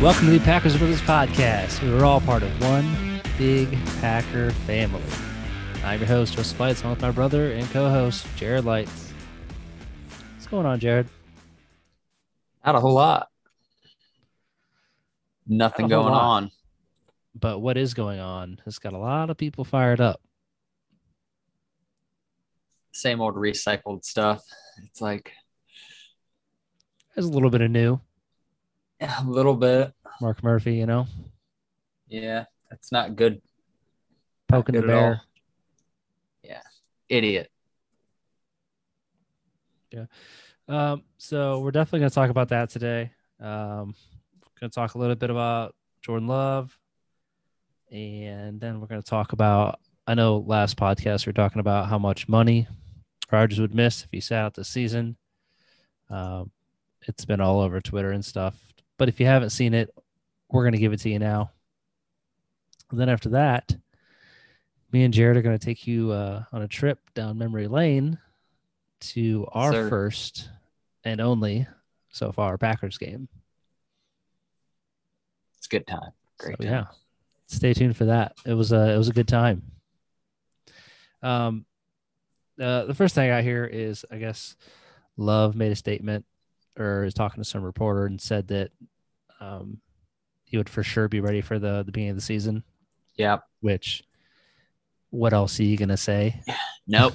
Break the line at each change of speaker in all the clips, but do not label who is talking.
Welcome to the Packers Brothers Podcast. We're all part of one big Packer family. I'm your host, Joseph Lights, along with my brother and co host, Jared Lights. What's going on, Jared?
Not a whole lot. Nothing
Not a whole
going
lot.
on.
But what is going on? It's got a lot of people fired up.
Same old recycled stuff. It's like
There's a little bit of new.
a little bit.
Mark Murphy, you know,
Yeah, that's not good.
poking the
good at all.
bear.
Idiot.
Um, so we're definitely going to talk about that today. Um, going to talk a little bit about Jordan Love, and then we're going to talk about. I know last podcast we were talking about how much money Rodgers would miss if he sat out this season. Um, it's been all over Twitter and stuff. But if you haven't seen it, we're going to give it to you now. And then after that, me and Jared are going to take you uh, on a trip down memory lane to our
Sir.
first and only so far Packers game.
It's a good time. Great.
So,
time.
yeah. Stay tuned for that. It was a it was a good time. Um uh, the first thing I hear is I guess Love made a statement or is talking to some reporter and said that um he would for sure be ready for the the beginning of the season,
Yep.
which what else are you gonna say?
Nope.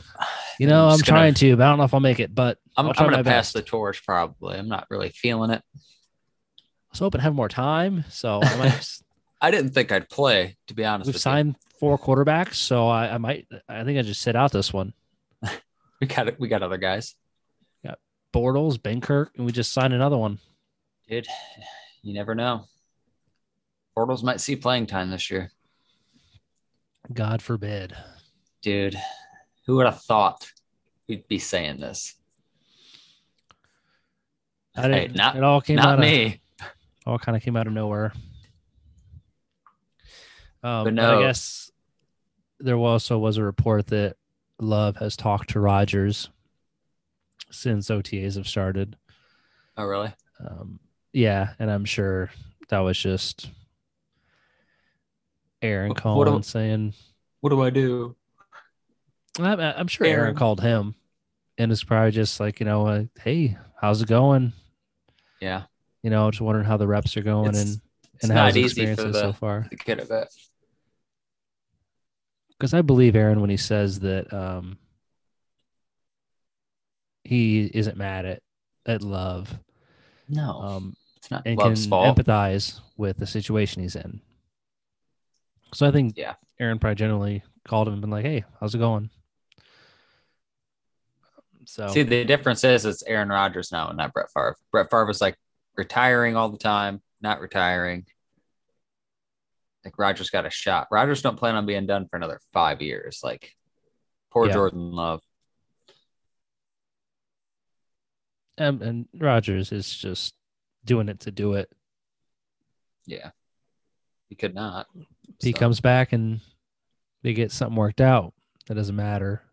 You know, I'm,
just gonna-
trying to, but I don't know if I'll make it. But
I'm,
I'll
I'm
try
going
my
to pass
best.
the torch probably. I'm not really feeling it.
I was hoping to have more time, so I might just
I didn't think I'd play, to be honest.
We've
with
signed four quarterbacks, so I, I might. I think I just sit out this one.
You. We got we got other guys.
Bortles, Benkirk, and we just sign another one.
Dude, you never know. Portals might see playing time this year.
God forbid.
Dude, who would have thought we'd be saying this?
I
Hey,
didn't,
not-
it all came out of-
Not me.
all kind of came out of nowhere. Um, but
no.
I guess there also was a report that Love has talked to Rogers since OTAs have started.
Oh, really?
Um, yeah, and I'm sure that was just Aaron
Wh- what
calling
am-
saying
What do I do?
I'm, I'm sure Aaron.
Aaron.
called him, and it's probably just like you know, uh, hey, how's it going?
Yeah,
You know, just wondering how the reps are going
It's-
and
it's
and
not
how's the
easy for
experience is so
the-
far.
the kid of it.
Because I believe Aaron when he says that um, he isn't mad at at love,
No,
um,
it's not
and
love's
can
fault.
empathize with the situation he's in. So I think
Yeah.
Aaron probably generally called him and been like, hey, how's it going? So
See, the difference is it's Aaron Rodgers now and not Brett Favre. Brett Favre was like retiring all the time, not retiring. Like Rodgers got a shot. Rodgers don't plan on being done for another five years. Like poor
Yeah.
Jordan Love.
and, and Rogers is just doing it to do it.
Yeah, he could not.
He
So,
comes back and they get something worked out. That doesn't matter.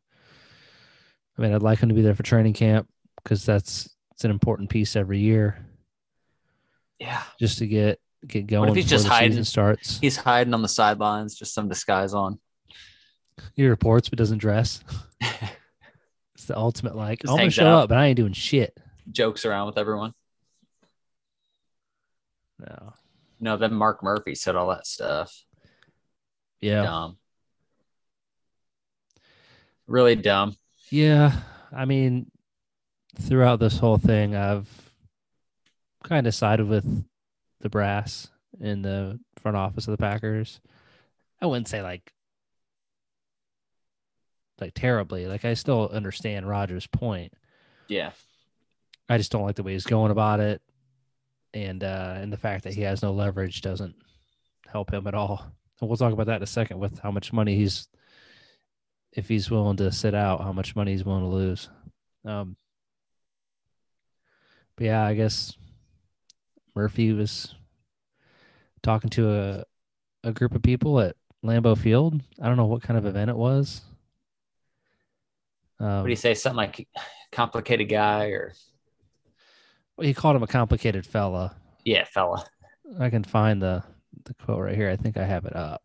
I mean, I'd like him to be there for training camp because that's it's an important piece every year
Yeah,
just to get get going.
he's
before
just
the
hiding?
Season starts.
he's hiding on the sidelines, just some disguise on.
He reports but doesn't dress. It's the ultimate like
Just
I'm gonna
hangs
show
out.
up, but I ain't doing shit.
Jokes around with everyone.
No.
No, then Mark Murphy said all that stuff.
Yeah.
dumb. Really dumb.
Yeah, I mean, throughout this whole thing, I've kind of sided with the brass in the front office of the Packers. I wouldn't say like like terribly. Like I still understand Rogers' point.
Yeah.
I just don't like the way he's going about it, and uh, and the fact that he has no leverage doesn't help him at all. And we'll talk about that in a second with how much money he's, if he's willing to sit out, how much money he's willing to lose. Um, but yeah, I guess Murphy was talking to a a group of people at Lambeau Field. I don't know what kind of event it was.
What
Um,
do you say? Something like complicated guy or
he called him a complicated fella.
yeah, fella.
I can find the the quote right here. I think I have it up.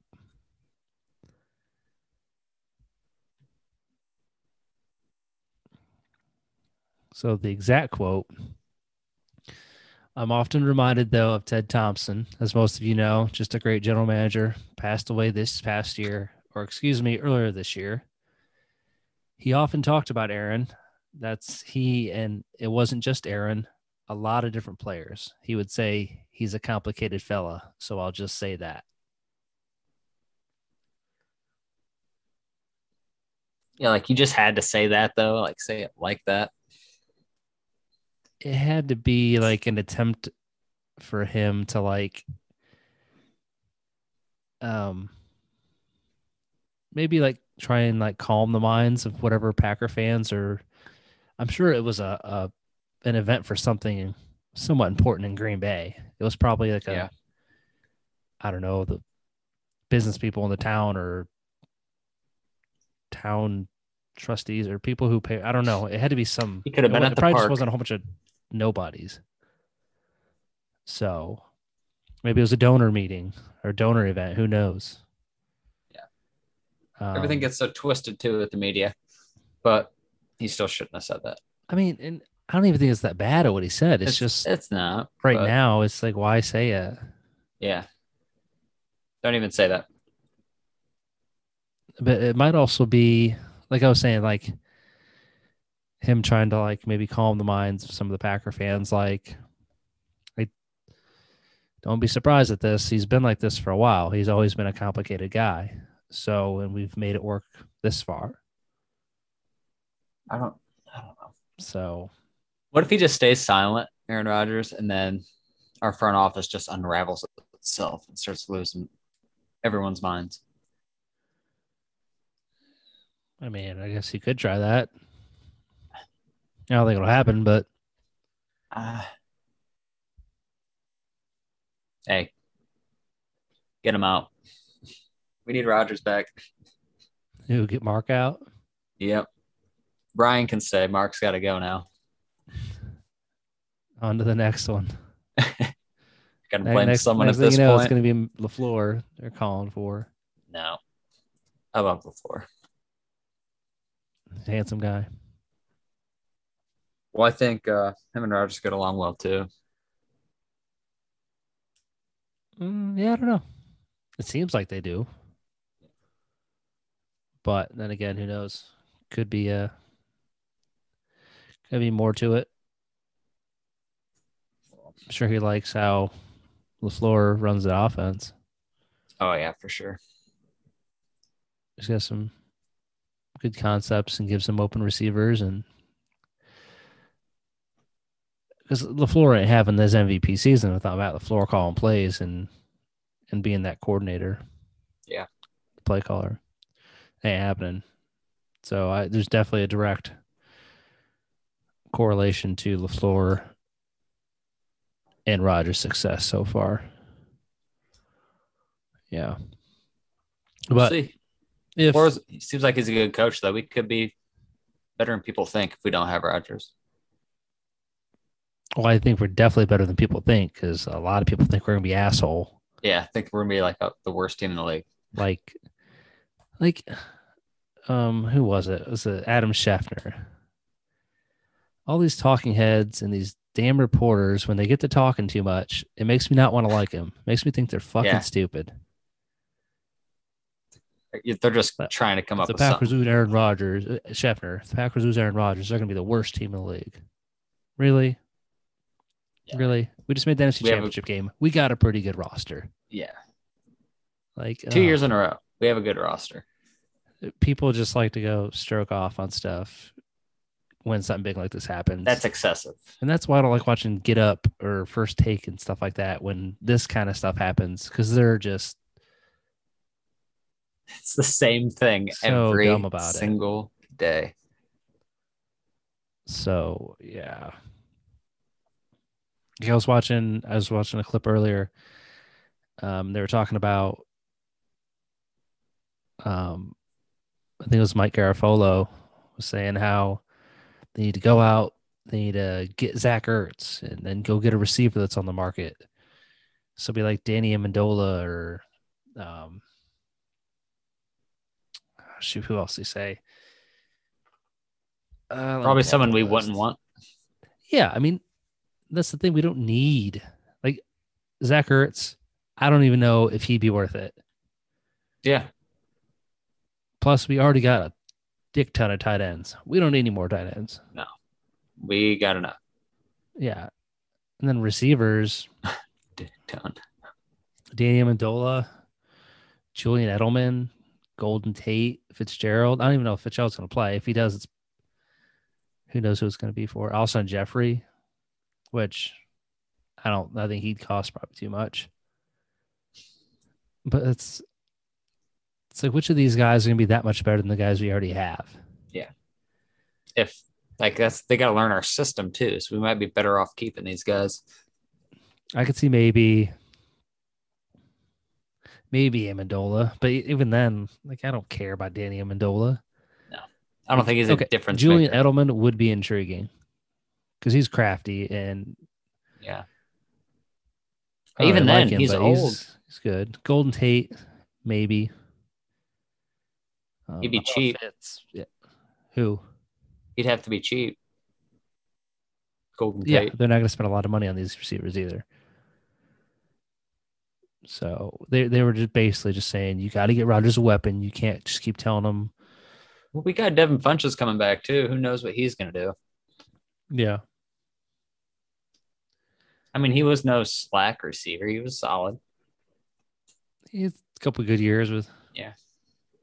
So the exact quote. I'm often reminded though of Ted Thompson, as most of you know, just a great general manager, passed away this past year, or excuse me, earlier this year. He often talked about Aaron. That's he and it wasn't just Aaron, a lot of different players. He would say he's a complicated fella, so I'll just say that.
Yeah, like you just had to say that though, like say it like that.
It had to be like an attempt for him to like um maybe like try and like calm the minds of whatever Packer fans or I'm sure it was a, a an event for something somewhat important in Green Bay. It was probably like a,
Yeah.
I don't know, the business people in the town or town trustees or people who pay. I don't know. It had to be some.
He could have
it
been
wa-
at
it
the
probably
park.
just wasn't a whole bunch of nobodies. So maybe it was a donor meeting or donor event. Who knows?
Yeah.
Um,
Everything gets so twisted too with the media, but he still shouldn't have said that.
I mean, and I don't even think it's that bad at what he said. It's, just
it's not
right
but-
now. It's like why say it?
Yeah, don't even say that.
but it might also be like I was saying, like him trying to like maybe calm the minds of some of the Packer fans. Like, like, don't be surprised at this. He's been like this for a while. He's always been a complicated guy. So, and we've made it work this far.
I don't. I don't know.
So,
What if he just stays silent, Aaron Rodgers, and then our front office just unravels itself and starts losing everyone's minds?
I mean, I guess he could try that. I don't think it'll happen, but
Uh, hey, get him out. We need Rodgers back.
he'll get Mark out.
Yep. Brian can stay. Mark's got to go now.
On to the next one.
Got to blame someone
next
at
thing
this
you know,
point.
it's going to be Lafleur. They're calling for
No. How about before?
handsome guy.
Well, I think uh, him and Rodgers get along well too.
Mm, yeah, I don't know. It seems like they do. But then again, who knows? Could be uh could be more to it. I'm sure he likes how LaFleur runs the offense.
Oh yeah, for sure.
He's got some good concepts and gives them open receivers and because LaFleur ain't having this MVP season without Matt LaFleur calling plays and and being that coordinator.
Yeah.
Play caller. Ain't happening. So I there's definitely a direct correlation to LaFleur and Rogers' success so far. Yeah.
We'll
But
see.
if
Flores he seems like he's a good coach, though. We could be better than people think if we don't have Rodgers.
Well, I think we're definitely better than people think because a lot of people think we're gonna be asshole.
Yeah, I think we're gonna be like uh the worst team in the league.
Like, like, um, who was it? It was uh, Adam Scheffner. All these talking heads and these damn reporters, when they get to talking too much, it makes me not want to like them. Makes me think they're fucking
Yeah.
stupid.
Like, They're just
But
trying to come
If
up
the
with
Packers
something.
lose Aaron Rodgers, uh, Scheffner. If the Packers lose Aaron Rodgers, they're gonna be the worst team in the league. Really,
Yeah.
really, we just made the NFC
We have a-
Championship game. We got a pretty good roster.
Yeah,
Like uh,
two
ugh.
years in a row, we have a good roster.
people just like to go stroke off on stuff when something big like this happens.
That's excessive.
and that's why I don't like watching Get Up or First Take and stuff like that when this kind of stuff happens because they're just
It's the same thing
So
every
dumb about it.
single day.
so yeah. Yeah, I was watching I was watching a clip earlier. Um, they were talking about um I think it was Mike Garafolo was saying how they need to go out, they need to get Zach Ertz and then go get a receiver that's on the market. somebody like Danny Amendola or um, shoot, who else they say? Uh, let me pull
Probably
up
someone
the
we
list.
wouldn't want.
Yeah, I mean, that's the thing. We don't need like Zach Ertz. I don't even know if he'd be worth it.
Yeah.
Plus, we already got a dick ton of tight ends. We don't need any more tight ends.
We got enough.
Yeah, and then receivers.
Dick ton.
Danny Amendola, Julian Edelman, Golden Tate, Fitzgerald. I don't even know if Fitzgerald's going to play. If he does, it's who knows who it's going to be for. Alshon Jeffrey, which I don't. I think he'd cost probably too much. But it's it's like which of these guys are going to be that much better than the guys we already have?
If like that's they gotta learn our system too. So we might be better off keeping these guys.
I could see maybe maybe Amendola, but even then, like I don't care about Danny Amendola.
I don't think he's a
Okay,
difference
Julian
maker.
Edelman would be intriguing because he's crafty and
Yeah.
I don't
Even
really
then, he's
but
old.
He's good. Golden Tate, maybe. Um,
He'd be
I don't know if
cheap.
Fitz- yeah. Who?
He'd have to be cheap. Golden
Yeah,
Tate.
they're not going to spend a lot of money on these receivers either. So they they were just basically just saying you got to get Rodgers a weapon. You can't just keep telling him.
Well, we got Devin Funches coming back too. Who knows what he's gonna do?
Yeah,
I mean, he was no slack receiver. He was solid.
he had a couple of good years with
Yeah.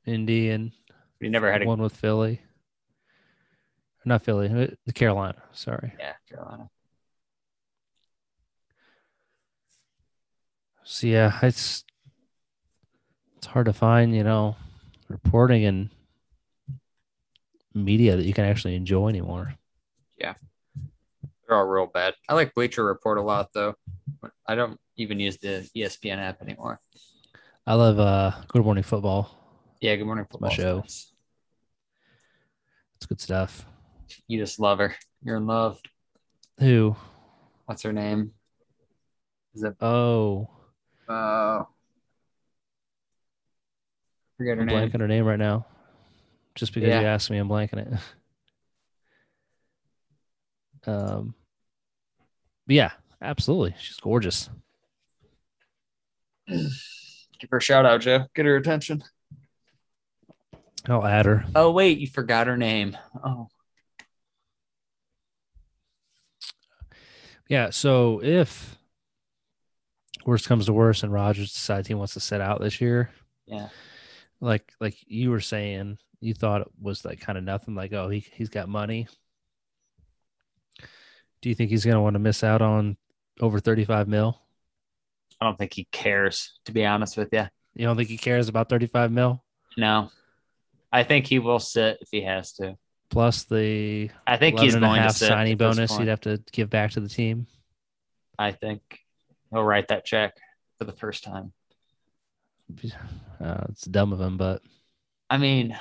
Indy and
He never had a
one with Philly. Not Philly, uh, the Carolina. Sorry.
yeah, Carolina.
So yeah, it's it's hard to find, you know, reporting and media that you can actually enjoy anymore.
They're all real bad. I like Bleacher Report a lot though. But I don't even use the E ESPN app anymore.
I love uh Good Morning Football.
Yeah, good morning football.
show.
Nice.
It's good stuff.
You just love her. You're in love.
Who?
What's her name? Is it
Oh,
uh forget her
I'm
name.
blanking her name right now. Just because
Yeah.
you asked me, I'm blanking it. Um. but yeah, absolutely. She's gorgeous.
Give her a shout out, Joe. Get her attention.
I'll add her.
Oh wait, you forgot her name. Oh
Yeah. So if worst comes to worst and Rogers decides he wants to sit out this year,
yeah.
like like you were saying, you thought it was like kind of nothing, like, oh, he he's got money. Do you think he's gonna want to miss out on over thirty five mil?
I don't think he cares, to be honest with you.
You don't think he cares about thirty five mil?
No. I think he will sit if he has to.
Plus the
I think
11
he's
and a
going to
half
sit
signing
at this
bonus
point.
he'd have to give back to the team.
I think he'll write that check for the first time.
Uh, it's dumb of him, but
I mean,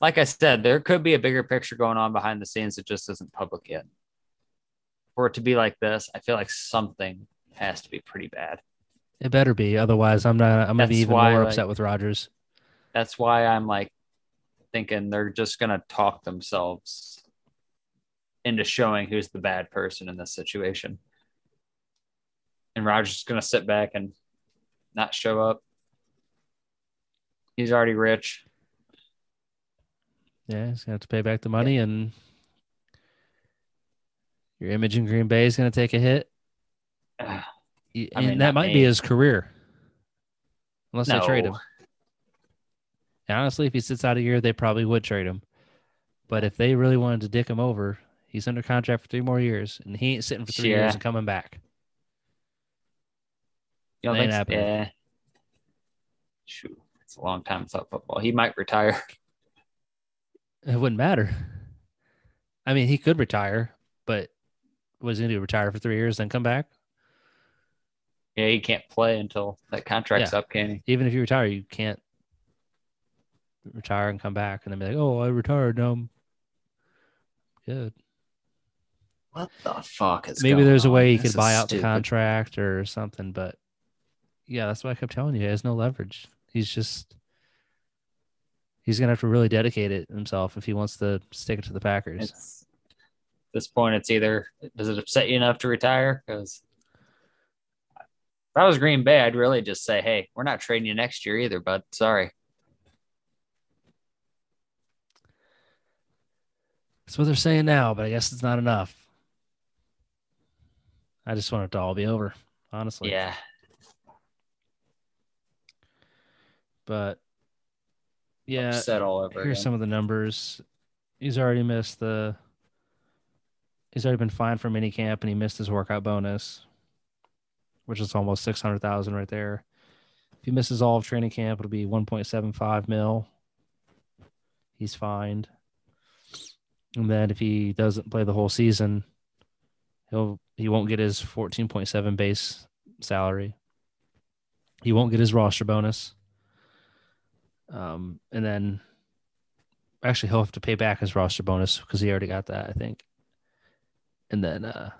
like I said, there could be a bigger picture going on behind the scenes that just isn't public yet. For it to be like this, I feel like something has to be pretty bad.
it better be. Otherwise, I'm not. I'm gonna be
That's
even
why,
more
like-
upset with Rogers.
That's why I'm like thinking they're just going to talk themselves into showing who's the bad person in this situation. And Rogers is going to sit back and not show up. He's already rich.
Yeah, he's gonna have to pay back the money, and your image in Green Bay is gonna take a hit.
Ugh,
Y-
I
and
mean,
that
not
might
me.
be his career, unless they trade
No.
him. And honestly, if he sits out a year, they probably would trade him. But if they really wanted to dick him over, he's under contract for three more years, and he ain't sitting for three
Yeah.
years and coming back.
You don't
Ain't
think so?
happening.
Yeah. eh, Shoot, it's a long time without football. He might retire.
It wouldn't matter. I mean, he could retire, but was he going to retire for three years then come back?
Yeah, he can't play until that contract's up, can he?
even if you retire, you can't retire and come back and then be like, oh, I retired. No, I'm good.
What the fuck is
Maybe
going
there's a
on?
way you
This
could
is
buy out
stupid.
the contract or something, but yeah, that's what I kept telling you. He has no leverage. He's just he's gonna have to really dedicate it himself if he wants to stick it to the Packers.
It's- at this point, it's either does it upset you enough to retire? Because if I was Green Bay, I'd really just say, "Hey, we're not trading you next year either, bud. Sorry."
That's what they're saying now, but I guess it's not enough. I just want it to all be over, honestly.
yeah,
But yeah,
upset all over
here's
again.
some of the numbers. He's already missed the. He's already been fined for mini camp, and he missed his workout bonus, which is almost six hundred thousand right there. If he misses all of training camp, it'll be one point seven five mil. He's fined, and then if he doesn't play the whole season, he'll he won't get his fourteen point seven base salary. He won't get his roster bonus. Um, and then actually he'll have to pay back his roster bonus because he already got that, I think. And then uh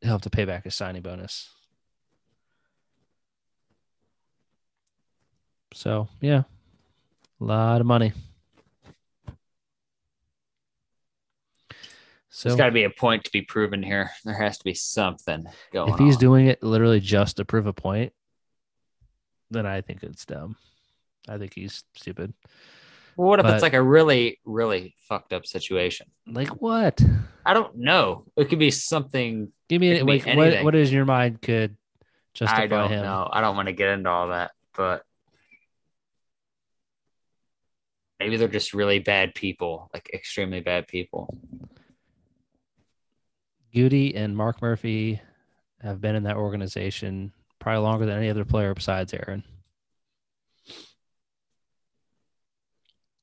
he'll have to pay back his signing bonus. So yeah. A lot of money. So
There's got to be a point to be proven here. There has to be something going
if he's
on.
doing it literally just to prove a point, then I think it's dumb. I think he's stupid.
Well, what if
but-
it's like a really, really fucked up situation?
Like what?
I don't know. It could be something
Give me
It could be
like what,
anything.
what is in your mind could justify
I don't
him?
know. I don't want to get into all that, but maybe they're just really bad people, like extremely bad people.
Goody and Mark Murphy have been in that organization probably longer than any other player besides Aaron.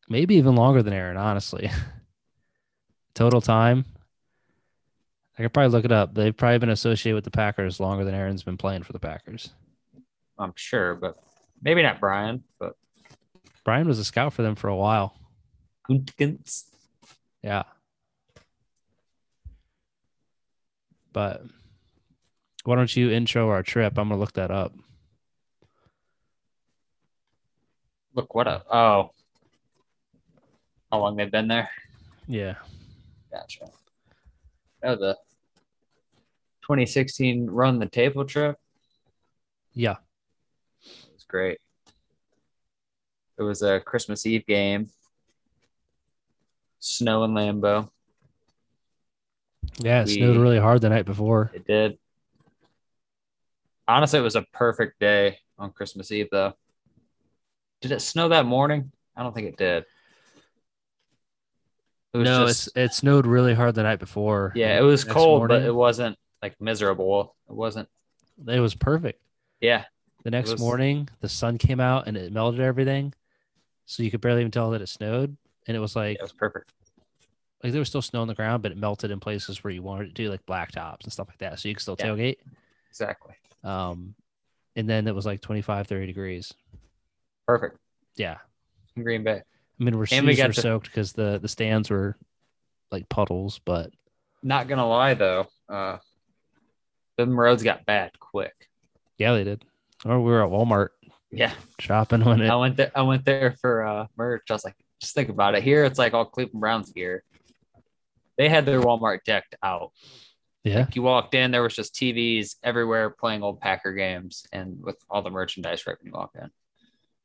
Maybe even longer than Aaron, honestly. Total time. I could probably look it up. They've probably been associated with the Packers longer than Aaron's been playing for the Packers.
I'm sure, but maybe not Brian, but
Brian was a scout for them for a while.
Guntkins.
Yeah. But why don't you intro our trip? I'm going to look that up.
Look what up. Oh, how long they've been there?
Yeah.
Gotcha. Oh, the 2016 run the table trip.
Yeah.
It was great. It was a Christmas Eve game. Snow in Lambeau.
Yeah. It
We-
snowed really hard the night before.
It did. Honestly, it was a perfect day on Christmas Eve, though. Did it snow that morning? I don't think it did. It was
no,
just,
it's, it snowed really hard the night before.
yeah, it was
Next
cold, but
morning,
it wasn't like miserable. It wasn't.
it was perfect.
Yeah,
The next
was-
morning, the sun came out and it melted everything. So you could barely even tell that it snowed. And it was like,
it was perfect.
like there was still snow on the ground, but it melted in places where you wanted it to, like blacktops and stuff like that. So you could still
Yeah.
tailgate.
Exactly.
Um, and then it was like 25, 30 degrees.
Perfect.
Yeah.
In Green Bay.
I mean, we're
And we
shoes
got
were
the-
soaked because the, the stands were like puddles, but
Not gonna lie though, uh, them roads got bad quick.
yeah, they did. Or we were at Walmart
Yeah,
shopping when it
I went there. I went there for uh, merch. I was like, just think about it. Here, it's like all Cleveland Browns gear. They had their Walmart decked out.
yeah
You walked in, there was just TVs everywhere playing old Packer games, and with all the merchandise right when you walk in.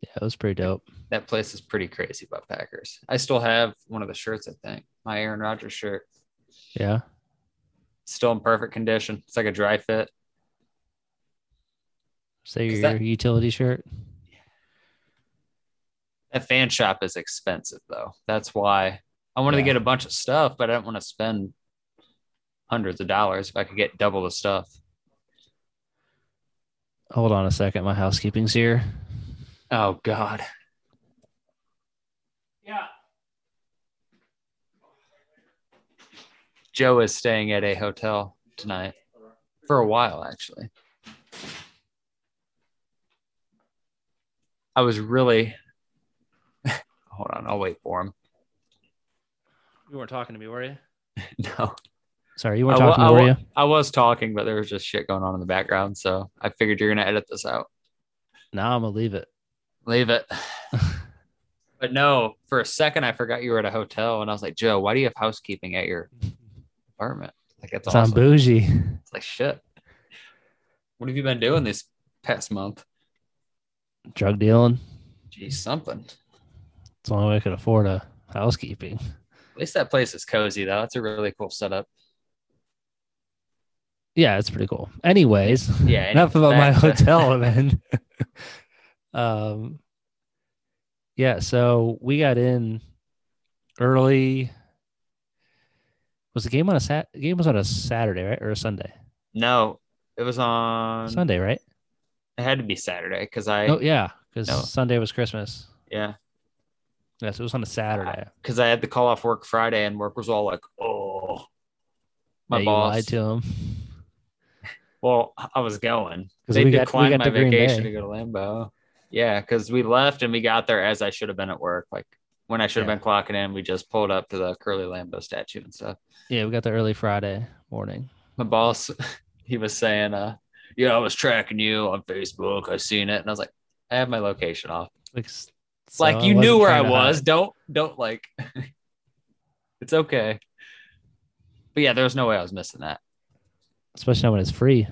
yeah it was pretty dope.
That place is pretty crazy about Packers. I still have one of the shirts. I think my Aaron Rodgers shirt,
Yeah.
still in perfect condition. It's like a dry fit.
Say your,
Is that-
your utility shirt.
That fan shop is expensive though. That's why I wanted
Yeah.
to get a bunch of stuff, but I didn't want to spend hundreds of dollars if I could get double the stuff.
Hold on a second. My housekeeping's here.
Oh God.
Yeah.
Joe is staying at a hotel tonight for a while, actually. I was really hold on, I'll wait for him.
You weren't talking to me, were you?
No.
Sorry, you weren't
I wa-
talking,
I
were
wa-
you?
I was talking, but there was just shit going on in the background, so I figured you're gonna edit this out.
Now I'm gonna leave it.
Leave it. but no, for a second I forgot you were at a hotel, and I was like, Joe, why do you have housekeeping at your apartment? Like that's
Sound
awesome.
bougie.
It's like shit. What have you been doing this past month?
Drug dealing.
Geez, something.
It's the only way I could afford a housekeeping.
At least that place is cozy though. That's a really cool setup.
Yeah, it's pretty cool. Anyways,
Yeah.
enough
anyway,
about my
back to-
hotel man. um, yeah, so we got in early. Was the game on a sat? The game was on a Saturday, right, or a Sunday?
No, it was on.
Sunday, right?
It had to be Saturday because I
Oh yeah, because
No.
Sunday was Christmas.
yeah
Yes, it was on a Saturday.
because I had to call off work Friday and work was all like oh my
Yeah, you
boss.
lied to him.
Well, I was going.
'Cause
They
we got- we
declined
got
my
to Green
vacation
Bay.
to go to Lambeau. Yeah, because we left and we got there as I should have been at work. Like when I should have
Yeah.
been clocking in, we just pulled up to the Curly Lambeau statue and stuff.
Yeah, we got the early Friday morning.
my boss he was saying uh yeah i was tracking you on facebook i seen it and i was like i have my location off
Like, s- so
like you
wasn't
knew where i
trying to hide.
was don't don't like it's okay but yeah there was no way i was missing that
especially now when it's free.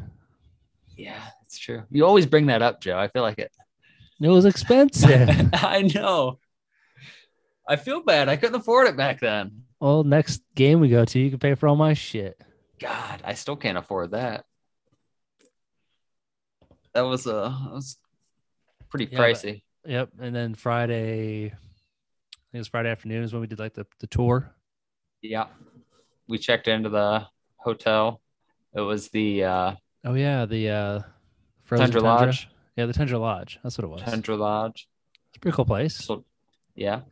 yeah it's true you always bring that up joe i feel like it
It was expensive.
i know i feel bad i couldn't afford it back then
well, next game we go to, you can pay for all my shit.
God, I still can't afford that. That was uh, that was pretty
Yeah, but-
pricey.
Yep. And then Friday, I think it was Friday afternoon is when we did like the, the tour.
Yeah, we checked into the hotel. It was the uh,
Oh yeah, the uh Frozen
Tundra Lodge.
Yeah, the Tundra Lodge. That's what it was.
Tundra Lodge.
It's a pretty cool place.
So, yeah, it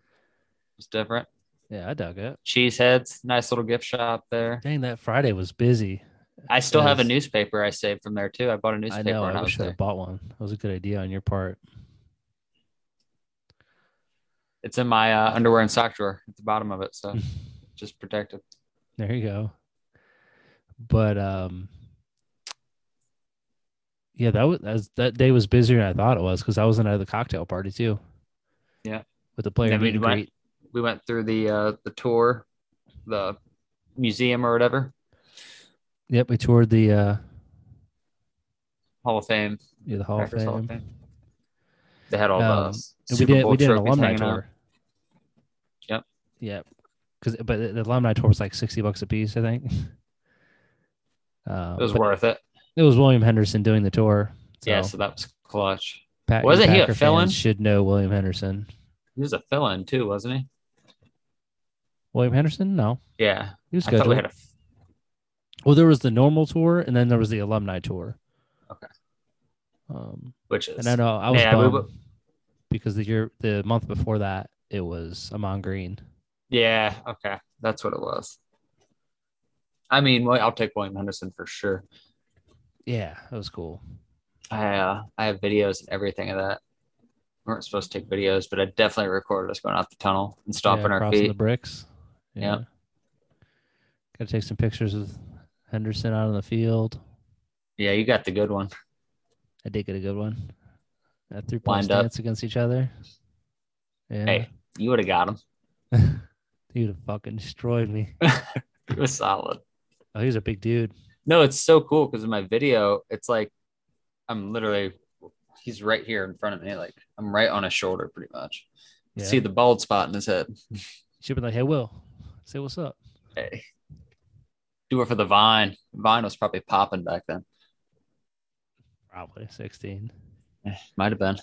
was different.
Yeah, I dug it.
Cheeseheads, nice little gift shop there.
Dang, that Friday was busy.
I still have a
Yes.
newspaper I saved from there too. I bought a newspaper
I know.
when I,
I
was
wish I
there.
had bought one. That was a good idea on your part.
It's in my uh, underwear and sock drawer at the bottom of it,
Hmm.
so just protected.
There you go. But um yeah, that was that, was- that day was busier than I thought it was because I was in at the cocktail party too.
Yeah.
with the player
Then we
meet and
went-
greet.
We went through the uh, the tour, the museum or whatever,
Yep, we toured the uh
Hall of Fame,
yeah, the Hall of
Packers
Fame.
Hall of Fame. They had all
Um,
the
And
Super
we did
Bowl
we did an
trophies
alumni
hanging out.
tour.
Yep.
Yep. Because but the the alumni tour was like sixty bucks a piece, I think. Uh,
It was
but
worth it.
it was William Henderson doing the tour. So
Yeah, so that was clutch.
Pat, you
wasn't he a
Packer fans
fill-in?
Should know William Henderson.
He was a fill-in too, wasn't he?
William Henderson? No,
Yeah.
he was
I thought we
scheduled.
had a
Well, there was the normal tour, and then there was the alumni tour.
Okay.
Um,
which is
and I know I was
Yeah, we
bummed because the year, the month before that, it was Amon Green.
yeah, okay. That's what it was. I mean, well, I'll take William Henderson for sure.
Yeah, that was cool.
I uh, I have videos and everything of that. We weren't supposed to take videos, but I definitely recorded us going out the tunnel and stomping
yeah,
our
crossing
feet.
the bricks.
Yeah.
Got to take some pictures with Henderson out on the field.
Yeah, you got the good one.
I did get a good one. That three point
Lined up.
stance against each other. Yeah.
Hey, you would have got him.
He would have fucking destroyed me.
It was solid.
Oh, he was a big dude.
No, it's so cool because in my video, it's like I'm literally he's right here in front of me, like I'm right on his shoulder pretty much.
Yeah.
See the bald spot in his head.
She'd been like, "Hey, Will, say what's up."
Hey. Do it for the Vine. Vine was probably popping back then.
Probably sixteen.
Might have been.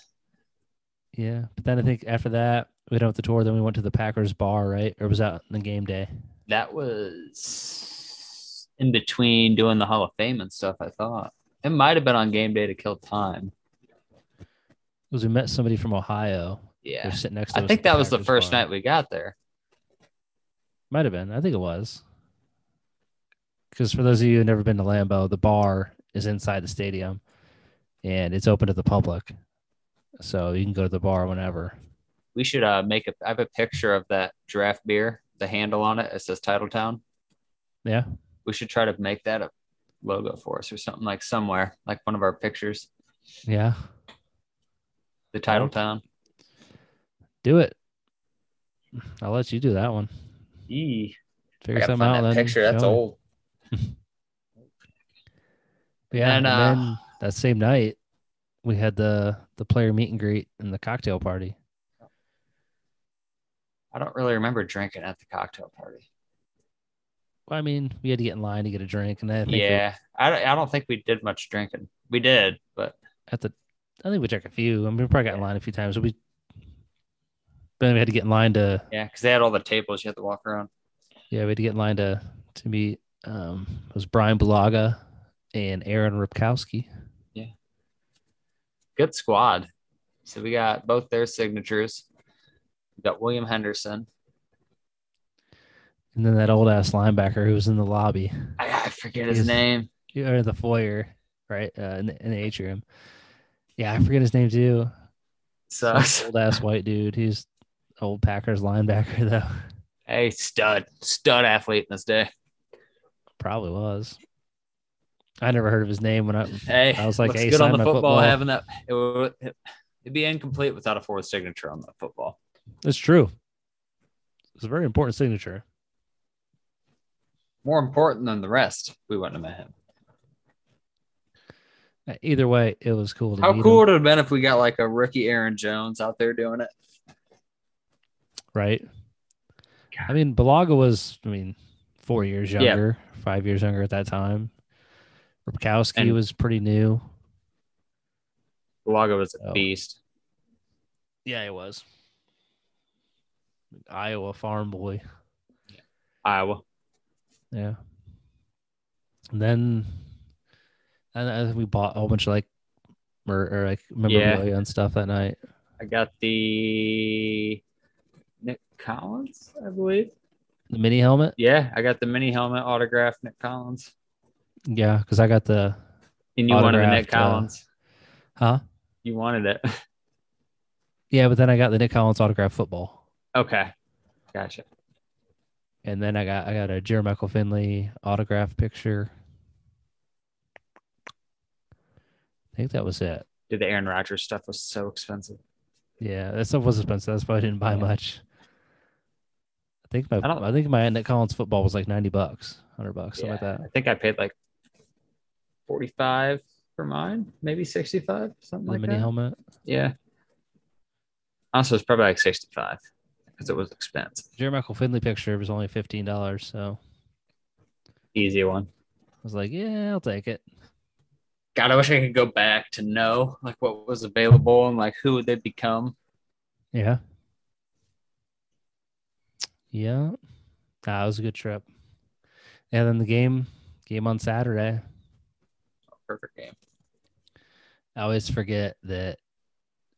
Yeah, but then I think after that we done with the tour. Then we went to the Packers bar, right? Or was that on the game day?
That was in between doing the Hall of Fame and stuff, I thought. It might have been on game day to kill time.
Was we met somebody from Ohio? They were
Yeah.
sitting next to
I
us
think
at the
that was the
Packers
first
bar.
night we got there.
Might have been. I think it was. Because for those of you who've never been to Lambeau, the bar is inside the stadium, and it's open to the public, so you can go to the bar whenever.
We should uh, make a I have a picture of that draft beer, the handle on it. It says Title Town.
Yeah,
We should try to make that a logo for us or something like somewhere, like one of our pictures,
Yeah.
the title
Okay.
town.
Do it. I'll let you do that one.
Yee. I
Figure
gotta
something out.
find that
and then
picture. That's
show me.
old.
Yeah. And,
And, uh,
then that same night, we had the the player meet and greet and the cocktail party.
I don't really remember drinking at the cocktail party.
Well, I mean, we had to get in line to get a drink, and then I think we-
Yeah, I, don't- I don't think we did much drinking. We did, but
at the I think we drank a few. I mean, we probably got in line a few times. We then we had to get in line to
yeah, because they had all the tables you had to walk around.
yeah, we had to get in line to to meet um it was Brian Bulaga and Aaron Ripkowski.
Good squad. So we got both their signatures. We got William Henderson.
And then that old ass linebacker who was in the lobby
I, I forget his
Yes.
name.
or the foyer, right? Uh, in, the, in the atrium. Yeah, I forget his name too.
Sucks.
Old ass white dude. He's old Packers linebacker though.
Hey, stud, stud athlete in this day.
Probably was. I never heard of his name when I
Hey,
I was like,
looks
hey,
good on
sign
the
my
football,
football.
having that. It would, it'd be incomplete without a fourth signature on the football.
It's true. It's a very important signature.
More important than the rest, we wouldn't have met him.
Uh, Either way, it was cool. To meet
How
'em,
cool would it have been if we got like a rookie Aaron Jones out there doing it?
right? I mean, Balaga was, I mean, four years
Yeah.
younger, five years younger at that time. Rupkowski
And-
was pretty new.
Lago was a
Oh.
beast.
Yeah, he was. Iowa farm boy.
Iowa.
Yeah. And then, and I think we bought a whole bunch of like, or, or like memorabilia and stuff that night.
I got the Nick Collins, I believe.
The mini helmet.
Yeah, I got the mini helmet autograph, Nick Collins.
Yeah, because I got the,
And you wanted the Nick
Autographed, uh,
Collins.
huh?
You wanted it.
Yeah, but then I got the Nick Collins autograph football,
okay. Gotcha.
and then I got I got a Jermichael Finley autograph picture. I think that was it.
Dude, the Aaron Rodgers stuff was so expensive.
Yeah, that stuff was expensive. That's why I didn't buy much. I think my
I don't-
I, think my Nick Collins football was like ninety bucks, hundred bucks, something like
Yeah,
that.
I think I paid like 45 for mine, maybe 65, something
The
like
mini
that.
helmet.
Yeah. Also, it's probably like 65 because it was expensive.
Jermichael Finley picture was only fifteen dollars, so
Easy one.
I was like, yeah, I'll take it.
God, I wish I could go back to know like what was available and like who would they become.
Yeah. Yeah. That was a good trip. And then the game, game on Saturday.
Perfect game.
I always forget that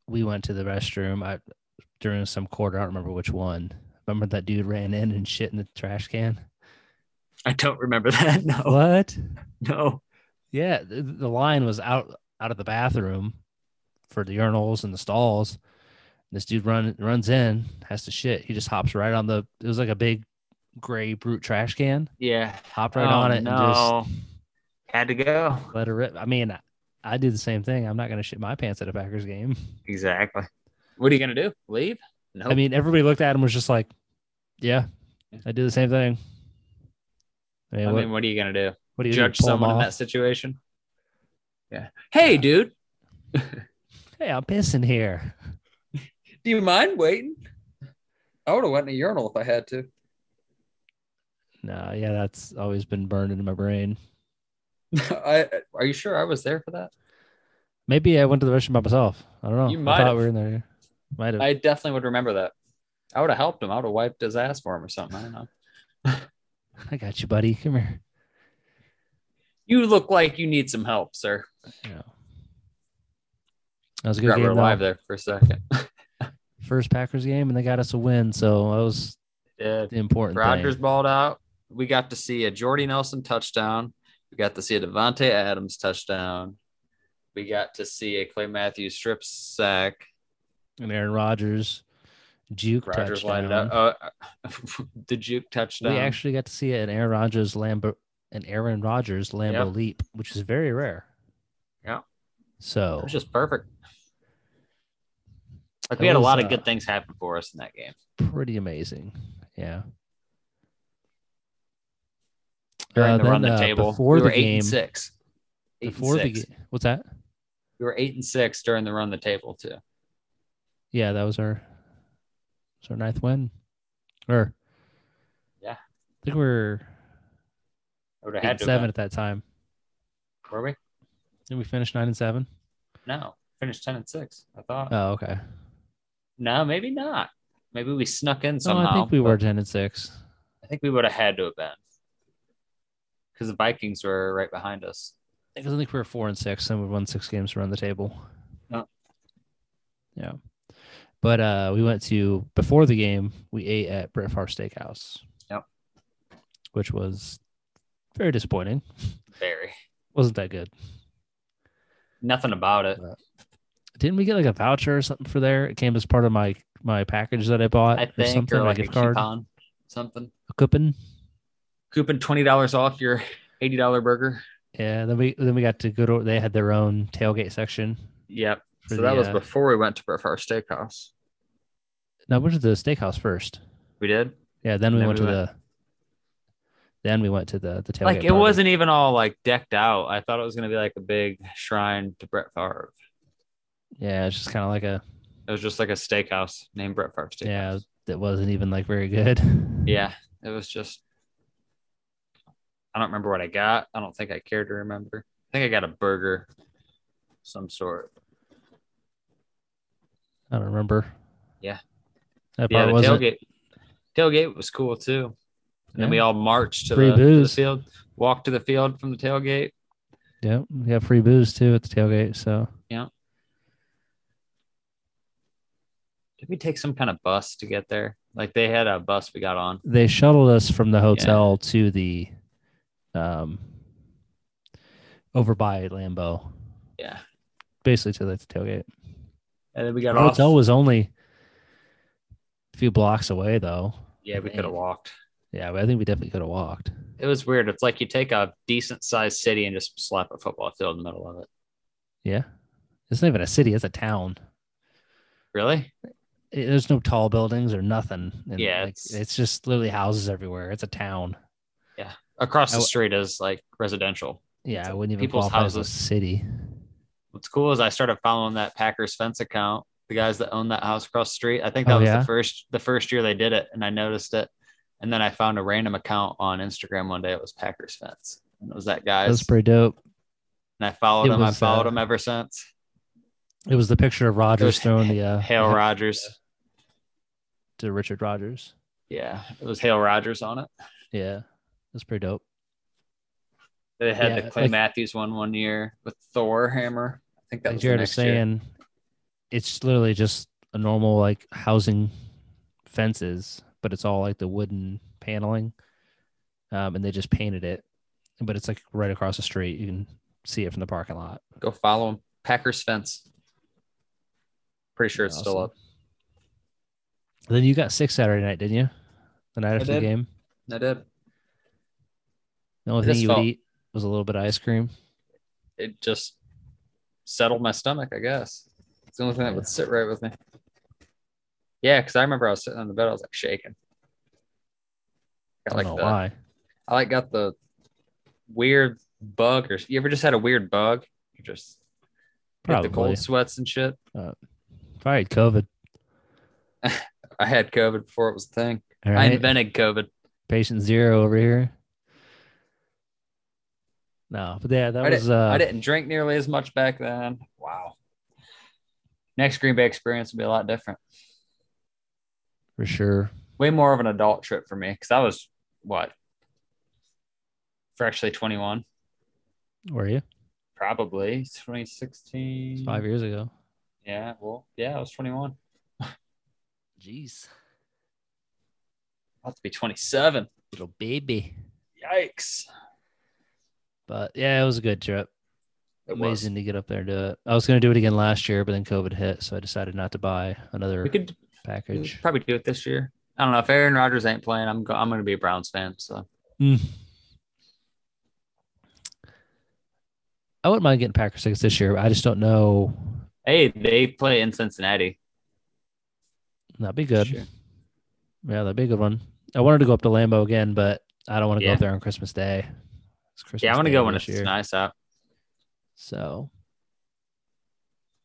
we went to the restroom I, during some quarter. I don't remember which one. Remember that dude ran in and shit in the trash can?
I don't remember that. No,
What?
no.
Yeah. The, the line was out out of the bathroom for the urinals and the stalls. This dude run runs in, has to shit. He just hops right on the. It was like a big gray brute trash can.
Yeah.
hopped right on
Oh,
it and
no. Had to go.
just let it rip. I mean, I, I do the same thing. I'm not going to shit my pants at a Packers game.
Exactly. What are you gonna do? Leave? No.
I mean, everybody looked at him was just like, "Yeah,
Yeah.
I do the same thing." I mean,
I
what,
mean, what are you gonna do?
what do you do,
Judge
pull 'em
someone in
off?
that situation? Yeah. Hey,
Yeah.
dude.
Hey, I'm pissing here.
Do you mind waiting? I would have went in a urinal if I had to.
No, yeah, that's always been burned into my brain.
I are you sure I was there for that?
Maybe I went to the restroom by myself. I don't know.
You
I
might
thought
have.
we were in there. Might have.
I definitely would remember that. I would have helped him. I would have wiped his ass for him or something. I don't know.
I got you, buddy. Come here.
You look like you need some help, sir.
Yeah. That was a good
Got
game.
real live
though.
there for a second.
First Packers game, and they got us a win. So that was
Yeah.
the important. thing.
Rodgers balled out. We got to see a Jordy Nelson touchdown. We got to see a Devontae Adams touchdown. We got to see a Clay Matthews strip sack.
and Aaron Rodgers juke
Rodgers lined
touchdown.
up. Uh, the juke touchdown.
we actually got to see an Aaron Rodgers Lambo an Aaron Rodgers Lambo
Yeah.
leap, which is very rare.
Yeah.
So
It was just perfect. Like
That
we had a
was,
lot
uh,
of good things happen for us in that game.
pretty amazing. Yeah.
During
Uh,
the run
then,
the
uh,
table,
before
we were
the
eight
game,
and six. Eight
before
and
the
six.
game, what's that?
we were eight and six during the run the table too.
Yeah, that was our, was our ninth win, or
Yeah.
I think we were
It would
eight
have had
and
to
seven
seven.
at that time.
were we?
Did we finish nine and seven?
No, finished ten and six. I thought.
Oh, okay.
no, maybe not. Maybe we snuck in
No,
somehow.
I think we
but
were ten and six.
I think we would have had to have been because the Vikings were right behind us.
I think I think we were four and six, and we won six games around the table.
Oh.
Yeah. But uh, we went to before the game, we ate at Brett Favre Steakhouse.
Yep.
Which was very disappointing.
Very
Wasn't that good.
nothing about it.
Didn't we get like a voucher or something for there? It came as part of my my package that I bought
I
or
think
something,
or, like a
gift card,
coupon, something.
a coupon.
Coupon twenty dollars off your eighty dollar burger.
Yeah, then we then we got to go to they had their own tailgate section.
Yep.
for
So that
the,
was
uh,
before we went to Brett Favre Steakhouse.
no, we went to the steakhouse first.
We did.
Yeah, then we
Then
went
we
to the then we went to the the tailgate.
like it
party.
wasn't even all like decked out. I thought it was gonna be like a big shrine to Brett Favre.
Yeah, it's just kind of like a
It was just like a steakhouse named Brett Favre Steakhouse.
yeah that wasn't even like very good.
Yeah, it was just. I don't remember what I got. I don't think I care to remember. I think I got a burger, some sort.
I don't remember.
Yeah.
that
yeah,
part
the
wasn't.
tailgate. Tailgate was cool too. And then we
Yeah.
all marched to
Free
the, to the
booze.
field, walked to the field from the tailgate.
Yeah, we got free booze too at the tailgate. So
Did we take some kind of bus to get there? Like they had a bus we got on.
they shuttled us from the hotel to the um over by Lambo,
Yeah,
basically to the tailgate.
and then we
The
got off.
hotel was only a few blocks away though.
Yeah, we could have walked.
Yeah, but I think we definitely could have walked.
It was weird. It's like you take a decent sized city and just slap a football field in the middle of it.
Yeah. It's not even a city, it's a town.
Really?
it- there's no tall buildings or nothing. And
Yeah,
like, it's,
it's-
just literally houses everywhere. It's a town.
Across
I
the
w-
street is like residential.
Yeah,
It's
I
like
wouldn't even
people's
qualify as a
houses.
city.
What's cool is I started following that Packers fence account. The guys that own that house across the street. I think that
Oh,
was
yeah?
the first the first year they did it, and I noticed it. And then I found a random account on Instagram one day. It was Packers fence, and it was that guy's.
That's pretty dope.
and I followed
it
him.
was,
I followed
uh,
him ever since.
It was the picture of Rogers
was
throwing the uh,
Hale
hat
Rogers.
to Richard Rogers.
Yeah, it was Hale Rogers on it.
Yeah, that's pretty dope.
They had
Yeah,
the Clay
like-
Matthews one one year with Thor hammer. I think that
Like
was the
Jared was
next year.
saying, it's literally just a normal like housing fences, but it's all like the wooden paneling, um, and they just painted it. But it's like right across the street. You can see it from the parking lot.
go follow him. Packers fence. Pretty sure it's still
Awesome.
up.
Then you got sick Saturday night, didn't you? The night
I
after the
did.
game.
I did.
The only
I
thing
just
you would
felt-
eat was a little bit of ice cream.
It just settled my stomach, I guess. It's the only thing that would sit right with me. Yeah, because I remember I was sitting on the bed, I was like shaking.
I don't
Got like
know
the,
why.
I like got the weird bug or you ever just had a weird bug? You just get the
Probably.
cold sweats and shit.
Probably had COVID.
I had COVID before it was a thing.
All
I
right.
invented COVID.
Patient zero over here. No, but yeah, that
I
was uh
I didn't drink nearly as much back then. Wow. Next Green Bay experience will be a lot different.
for sure.
Way more of an adult trip for me because I was what? Freshly 21,
Were you?
probably
It's
2016.
Five years ago.
Yeah, well, yeah, I was 21.
Jeez.
About to be 27.
Little baby.
Yikes.
But yeah, it was a good trip.
It was.
Amazing to get up there and do it. I was gonna do it again last year, but then COVID hit, so I decided not to buy another
We could we
package.
could probably do it this year. I don't know if Aaron Rodgers ain't playing. I'm go- I'm going to be a Browns fan. So
Mm. I wouldn't mind getting Packers tickets this year. But I just don't know.
Hey, they play in Cincinnati.
That'd be good.
Sure.
Yeah, that'd be a good one. I wanted to go up to Lambeau again, but I don't want to go
Yeah.
up there on Christmas Day. It's Christmas
Yeah, I want to
Day
go when
this
it's nice out.
So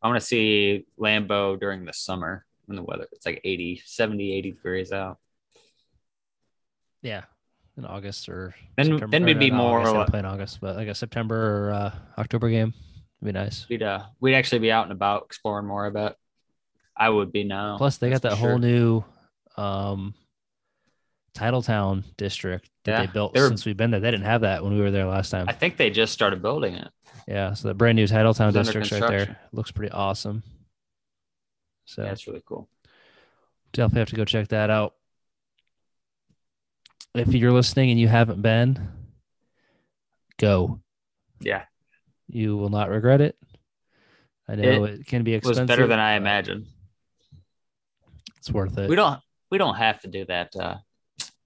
I want to see Lambo during the summer when the weather it's like 80, 70, 80 degrees out.
yeah, in August or
Then
September-
then
or
we'd
not
be
in
more
August, play in August, but like a September or uh, October game would be nice.
we'd uh we'd actually be out and about exploring more I bet. I would be now.
Plus, they got that
that's for
whole
sure.
new um Titletown district that they
Yeah,
built
they were-
since we've been there. They didn't have that when we were there last time.
I think they just started building it.
yeah, so the brand new Titletown
It's under
district's right there.
construction.
Looks pretty awesome. So
Yeah, it's really cool.
definitely have to go check that out. If you're listening and you haven't been, go.
Yeah.
You will not regret it. I know it, can be
It was
expensive.
better than I
but
imagined.
It's worth it.
We don't we don't have to do that uh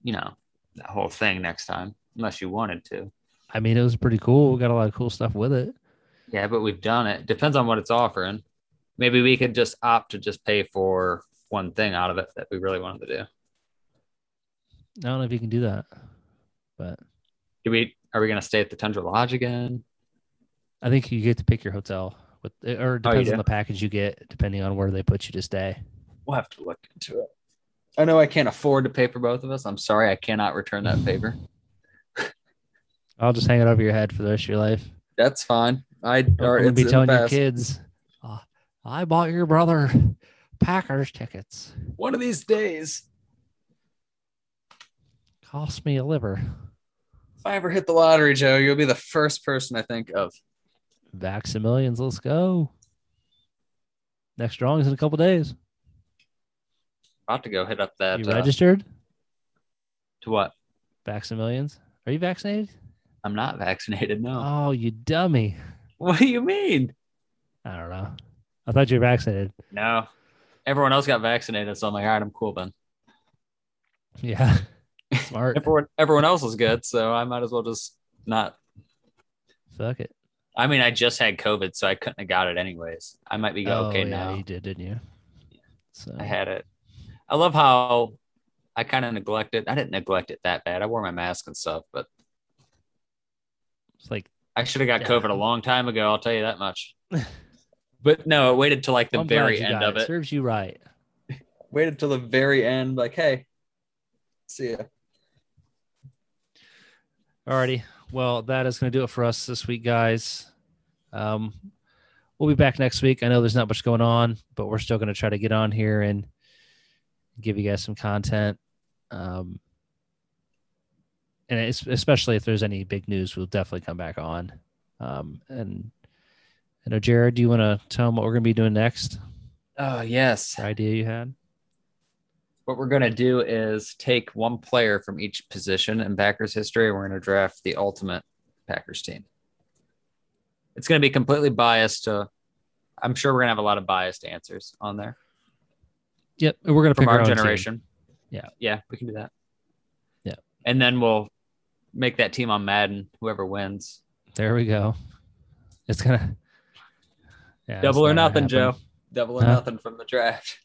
you know, that whole thing next time unless you wanted to.
I mean, it was pretty cool. We got a lot of cool stuff with it.
Yeah, but we've done it. Depends on what it's offering. Maybe we could just opt to just pay for one thing out of it that we really wanted to do.
I don't know if you can do that, but
Do we are we gonna stay at the Tundra Lodge again?
I think you get to pick your hotel with, or it
Oh, you
depends
do?
on the package you get, depending on where they put you to stay.
We'll have to look into it. I know I can't afford to pay for both of us. I'm sorry I cannot return that favor.
I'll just hang it over your head for the rest of your life.
That's fine. I
I'm
or
gonna
it's
be
in the
telling your
past.
kids, "Uh, I bought your brother Packers tickets.
one of these days,
Cost me a liver.
if I ever hit the lottery, Joe, you'll be the first person I think of.
Vaximillions, let's go. Next drawing is in a couple days.
About to go hit up that
you
uh,
registered?
to what?
Vaximillions? Are you vaccinated?
I'm not vaccinated. No.
Oh, you dummy.
what do you mean?
I don't know. I thought you were vaccinated.
No. Everyone else got vaccinated, so I'm like, all right, I'm cool then.
Yeah. Smart.
Everyone, everyone else is good, so I might as well just not.
Fuck it.
I mean, I just had COVID, so I couldn't have got it anyways. I might be
Oh,
okay
yeah,
now.
you did, didn't you? So
I had it. I love how I kind of neglected. I didn't neglect it that bad. I wore my mask and stuff, but
it's like
I should have got
Yeah.
COVID a long time ago. I'll tell you that much. but no, it waited till like the
I'm glad
very
you
end
got
of
it.
it.
Serves you right.
Waited till the very end. Like, hey, see ya.
Alrighty. Well, that is going to do it for us this week, guys. Um, we'll be back next week. I know there's not much going on, but we're still going to try to get on here and give you guys some content. Um, and it's, especially if there's any big news, we'll definitely come back on. Um, and I know, Jared, do you want to tell them what we're going to be doing next?
Oh yes.
The idea you had?
What we're gonna do is take one player from each position in Packers history. and We're gonna draft the ultimate Packers team. It's gonna be completely biased. To, I'm sure we're gonna have a lot of biased answers on there.
Yep. We're going to
from
pick
our,
own team.
generation.
Yeah.
Yeah, we can do that.
Yeah.
And then we'll make that team on Madden, whoever wins.
There we go. It's going to. Yeah, it's
Double or
never
nothing,
happened.
Joe. Double or
Huh?
nothing from the draft.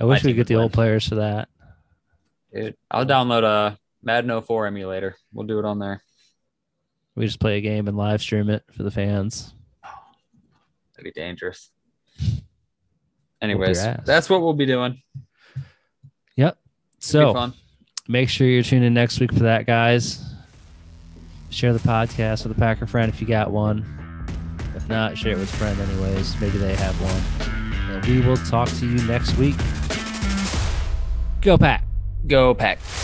I wish we
team
could get the
would
old
win.
players for that.
Dude, I'll download a Madden 04 emulator. We'll do it on there.
We just play a game and live stream it for the fans.
That'd be dangerous.
your
Anyways,
ass.
that's what we'll be doing. It'll be
So
fun.
make sure you're tuning in next week for that, guys. Share the podcast with a Packer friend if you got one. If not, share it with a friend anyways. Maybe they have one. And we will talk to you next week. Go Pack.
go pack.